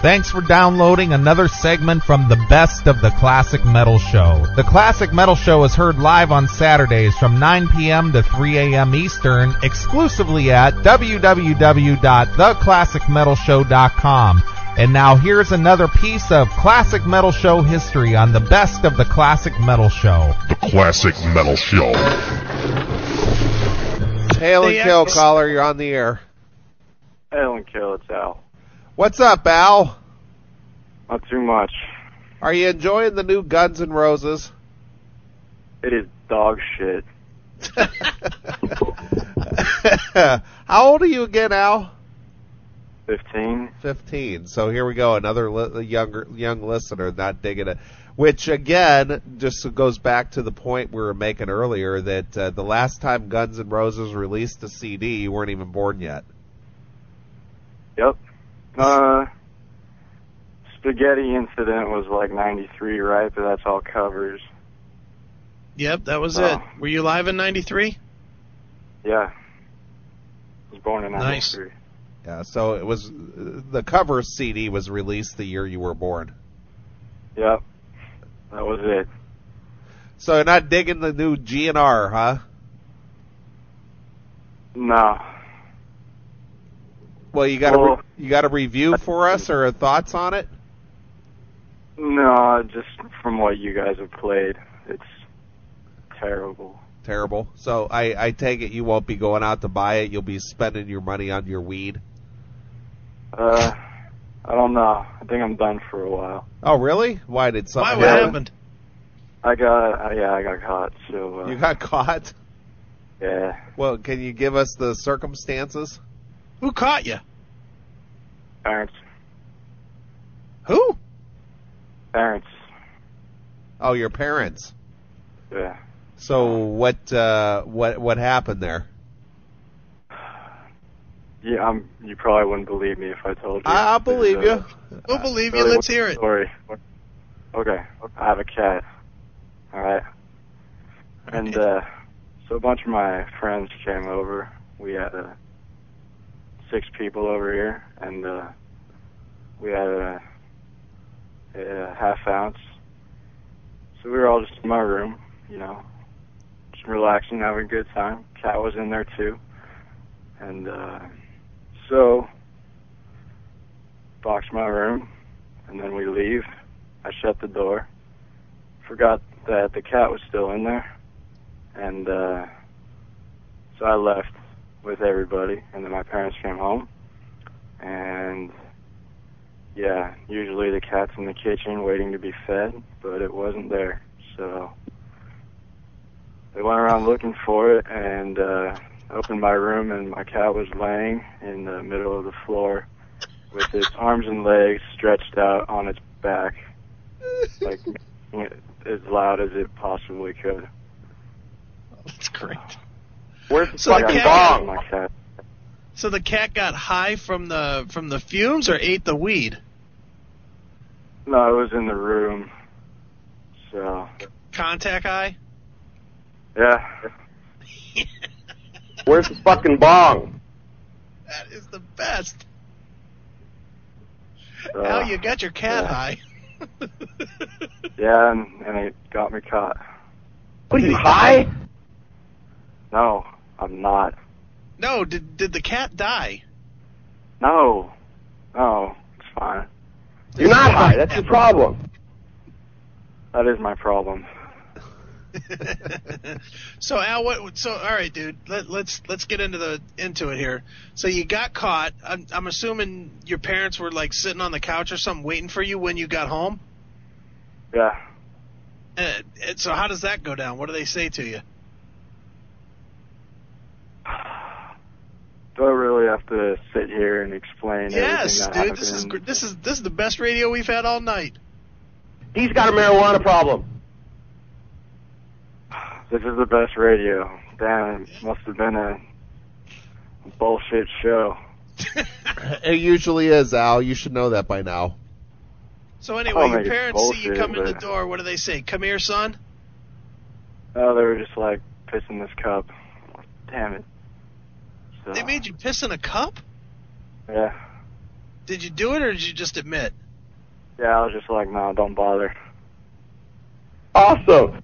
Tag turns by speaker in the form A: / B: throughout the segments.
A: Thanks for downloading another segment from the best of the Classic Metal Show. The Classic Metal Show is heard live on Saturdays from 9 p.m. to 3 a.m. Eastern exclusively at www.theclassicmetalshow.com. And now here's another piece of Classic Metal Show history on the best of the Classic Metal Show.
B: The Classic Metal Show.
C: Hail and kill, caller. You're on the air.
D: Hail and kill, it's Al.
C: What's up, Al?
D: Not too much.
C: Are you enjoying the new Guns N' Roses?
D: It is dog shit.
C: How old are you again, Al?
D: Fifteen.
C: Fifteen. So here we go, another li- younger young listener not digging it. Which again just goes back to the point we were making earlier that uh, the last time Guns N' Roses released a CD, you weren't even born yet.
D: Yep. Uh, spaghetti incident was like '93, right? But that's all covers.
E: Yep, that was
D: Oh.
E: it. Were you live in '93?
D: Yeah. I was born in
E: Nice.
D: '93.
C: Yeah, so it was the cover CD was released the year you were born.
D: Yep. That was it.
C: So you're not digging the new GNR, huh?
D: No.
C: Well, you got a re-
D: Well-
C: you got a review for us or thoughts on it?
D: No, just from what you guys have played, it's terrible.
C: Terrible. So I I take it you won't be going out to buy it. You'll be spending your money on your weed.
D: Uh, I don't know. I think I'm done for a while.
C: Oh, really? Why did
E: Why?
C: something
E: What
D: Yeah.
C: happen?
E: happened?
D: I got, uh, yeah, I got caught. So uh,
C: You got caught.
D: yeah,
C: Well, can you give us the circumstances?
E: Who caught you?
D: parents,
E: Who?
D: parents,
C: Oh, your parents.
D: yeah.
C: So what uh what what happened there?
D: Yeah, I'm, you probably wouldn't believe me if I told you.
C: I, I believe
D: There's
C: you.
D: a Uh,
E: We'll believe you.
D: really
E: Let's
D: weird
E: hear it.
D: Story. Okay, I have a cat. All right. And uh, so a bunch of my friends came over. We had uh, six people over here, and uh, we had a, a half ounce. So we were all just in my room, you know, just relaxing, having a good time. Cat was in there too, and uh, so box my room, and then we leave. I shut the door. Forgot that the cat was still in there, and uh, so I left with everybody. And then my parents came home, and yeah, usually the cat's in the kitchen waiting to be fed, but it wasn't there. So they went around looking for it, and uh, opened my room, and my cat was laying in the middle of the floor with its arms and legs stretched out on its back, like making it as loud as it possibly could.
E: That's great.
D: Where's the
E: So the
D: fucking
E: cat-
D: bong? My cat.
E: So the cat got high from the from the fumes or ate the weed?
D: No, it was in the room. So
E: Contact high?
D: yeah,
F: Where's the fucking bong?
E: That is the best.
D: so,
E: Al, you got your cat
D: yeah.
E: high.
D: yeah, and, and it got me caught.
F: What are you high?
D: No, I'm not.
E: No, did did the cat die?
D: No, no, it's fine.
F: You're not high. That's your problem.
D: That is my problem.
E: so Al, what? So all right, dude. Let, let's let's get into the into it here. So you got caught. I'm I'm assuming your parents were like sitting on the couch or something, waiting for you when you got home.
D: Yeah,
E: Uh, and so how does that go down? What do they say to you?
D: do I really have to sit here and explain?
E: yes,
D: everything that
E: dude. This is
D: happened?
E: gr- this is this is the best radio we've had all night.
F: He's got a marijuana problem.
D: This is the best radio. Damn, it must have been a bullshit show.
C: It usually is, Al. You should know that by now.
E: So
D: Oh,
E: anyway, your
D: man, it's
E: parents see you
D: bullshit,
E: come in the
D: but-
E: door. What do they say? Come here, son.
D: Oh, they were just like pissing this cup. Damn it. So,
E: They made you piss in a cup.
D: Yeah.
E: Did you do it or did you just admit?
D: Yeah, I was just like, no, don't bother.
F: Awesome.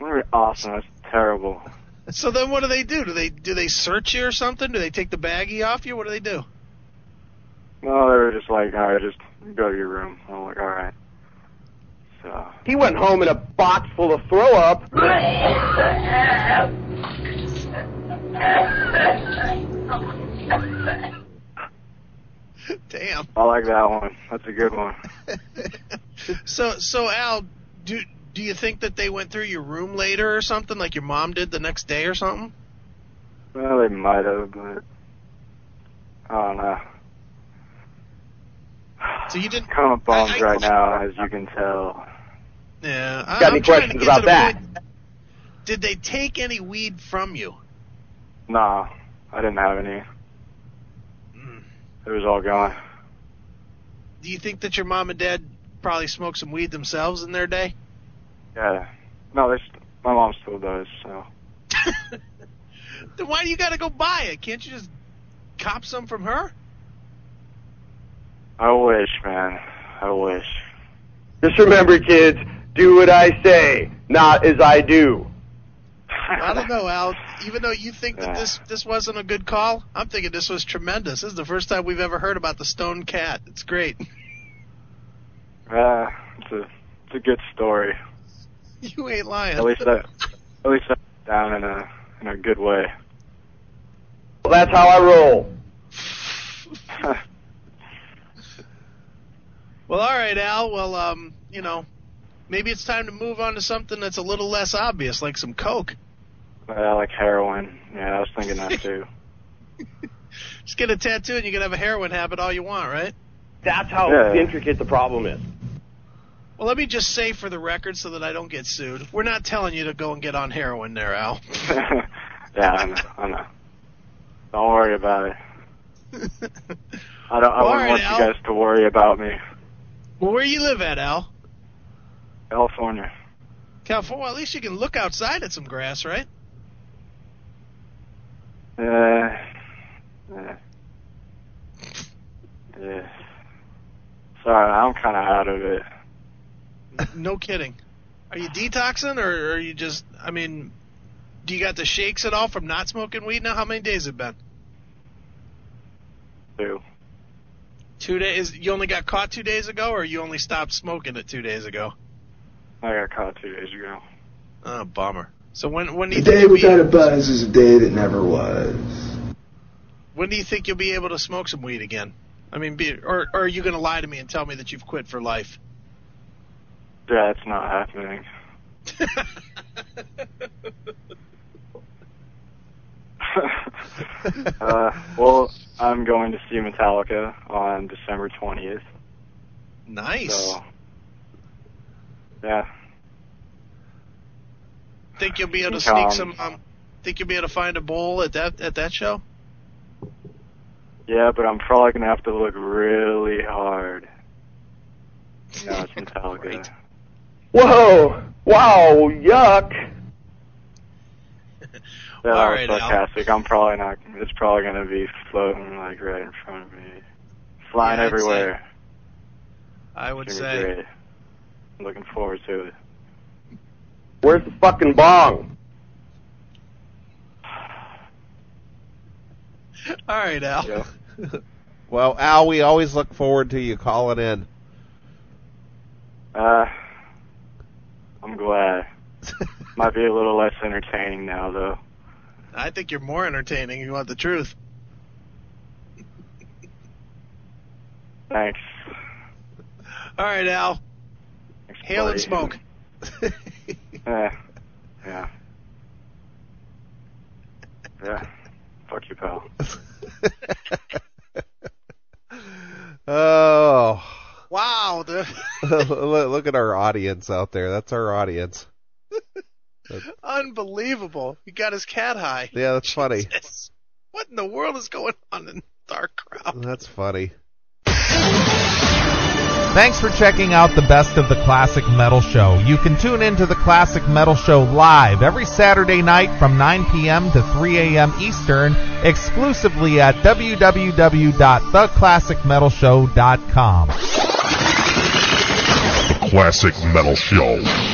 D: We're awesome. That's terrible.
E: So then, what do they do? Do they do they search you or something? Do they take the baggie off you? What do they do?
D: No, they were just like, all right, just go to your room. I'm like, all right. So
F: He went home in a box full of throw up.
E: Damn.
D: I like that one. That's a good one.
E: so so Al, do do you think that they went through your room later or something, like your mom did the next day or something?
D: Well, they might have, but I don't know.
E: So you didn't.
D: Kind of bummed
E: I- I-
D: right now, as you can tell.
E: Yeah. I-
F: Got
E: I'm trying
F: any
E: to
F: questions
E: get to
F: about
E: the
F: that?
E: point- Did they take any weed from you?
D: Nah, I didn't have any.
E: Mm.
D: It was all gone.
E: Do you think that your mom and dad probably smoked some weed themselves in their day?
D: Yeah. No, they st- my mom still does. So
E: Then why do you got to go buy it? Can't you just cop some from her?
D: I wish, man. I wish.
F: Just remember, kids, do what I say, not as I do.
E: I don't know, Al. Even though you think that this this wasn't a good call, I'm thinking this was tremendous. This is the first time we've ever heard about the stone cat. It's great.
D: Yeah, it's a it's a good story.
E: You ain't lying.
D: At least that at least that down in a in a good way.
F: Well, that's how I roll.
E: well, all right, Al. Well, um, you know, maybe it's time to move on to something that's a little less obvious, like some coke.
D: yeah, like heroin. Yeah, I was thinking that too.
E: Just get a tattoo and you can have a heroin habit all you want, right?
F: That's how
D: Yeah.
F: intricate the problem is.
E: Well, let me just say for the record, so that I don't get sued, we're not telling you to go and get on heroin, there, Al.
D: yeah, I know. I know. Don't worry about it. I don't. I
E: All
D: wouldn't
E: right,
D: want
E: Al.
D: you guys to worry about me.
E: well, where you live at, Al?
D: California.
E: California. Well, at least you can look outside at some grass, right?
D: Yeah. Yeah. Yeah. uh. Sorry, I'm kind of out of it.
E: No kidding. Are you detoxing, or are you just? I mean, do you got the shakes at all from not smoking weed now? How many days have it been?
D: Too.
E: Two days. You only got caught two days ago, or you only stopped smoking it two days ago?
D: I got caught two days ago.
E: Oh, bummer. So when when do you
G: The
E: think
G: day
E: you'll be,
G: without a buzz is a day that never was.
E: when do you think you'll be able to smoke some weed again? I mean, be, or, or are you going to lie to me and tell me that you've quit for life?
D: Yeah, it's not happening. uh, well, I'm going to see Metallica on December 20th.
E: nice.
D: So, yeah.
E: Think you'll be able to
D: Um,
E: sneak some? Um, think you'll be able to find a bowl at that at that show?
D: Yeah, but I'm probably going to have to look really hard. You know, it's Metallica.
E: Right.
F: Whoa! Wow! Yuck!
D: Yeah,
E: All
D: that
E: right, Al.
D: was sarcastic. I'm probably not. It's probably gonna be floating like right in front of me, flying
E: Yeah, I'd say-
D: everywhere.
E: I would
D: It's
E: say.
D: gonna be great. I'm looking forward to it.
F: Where's the fucking bong?
E: All right, Al.
D: Yeah.
C: Well, Al, we always look forward to you calling in.
D: Uh, I'm glad. Might be a little less entertaining now though.
E: I think you're more entertaining. If you want the truth?
D: Thanks.
E: All right, Al.
D: Thanks
E: Hail and
D: buddy.
E: smoke.
D: Yeah. Yeah. Yeah. Fuck you, pal.
C: oh,
E: Wow. The,
C: look look at our audience out there. That's our audience.
E: unbelievable. He got his cat high.
C: Yeah, that's funny.
E: Jesus. What in the world is going on in the dark crowd?
C: That's funny. Thanks for checking out the Best of the Classic Metal Show. You can tune into the Classic Metal Show live every Saturday night from 9 p.m. to 3 a.m. Eastern exclusively at www.theclassicmetalshow.com.
B: The Classic Metal Show.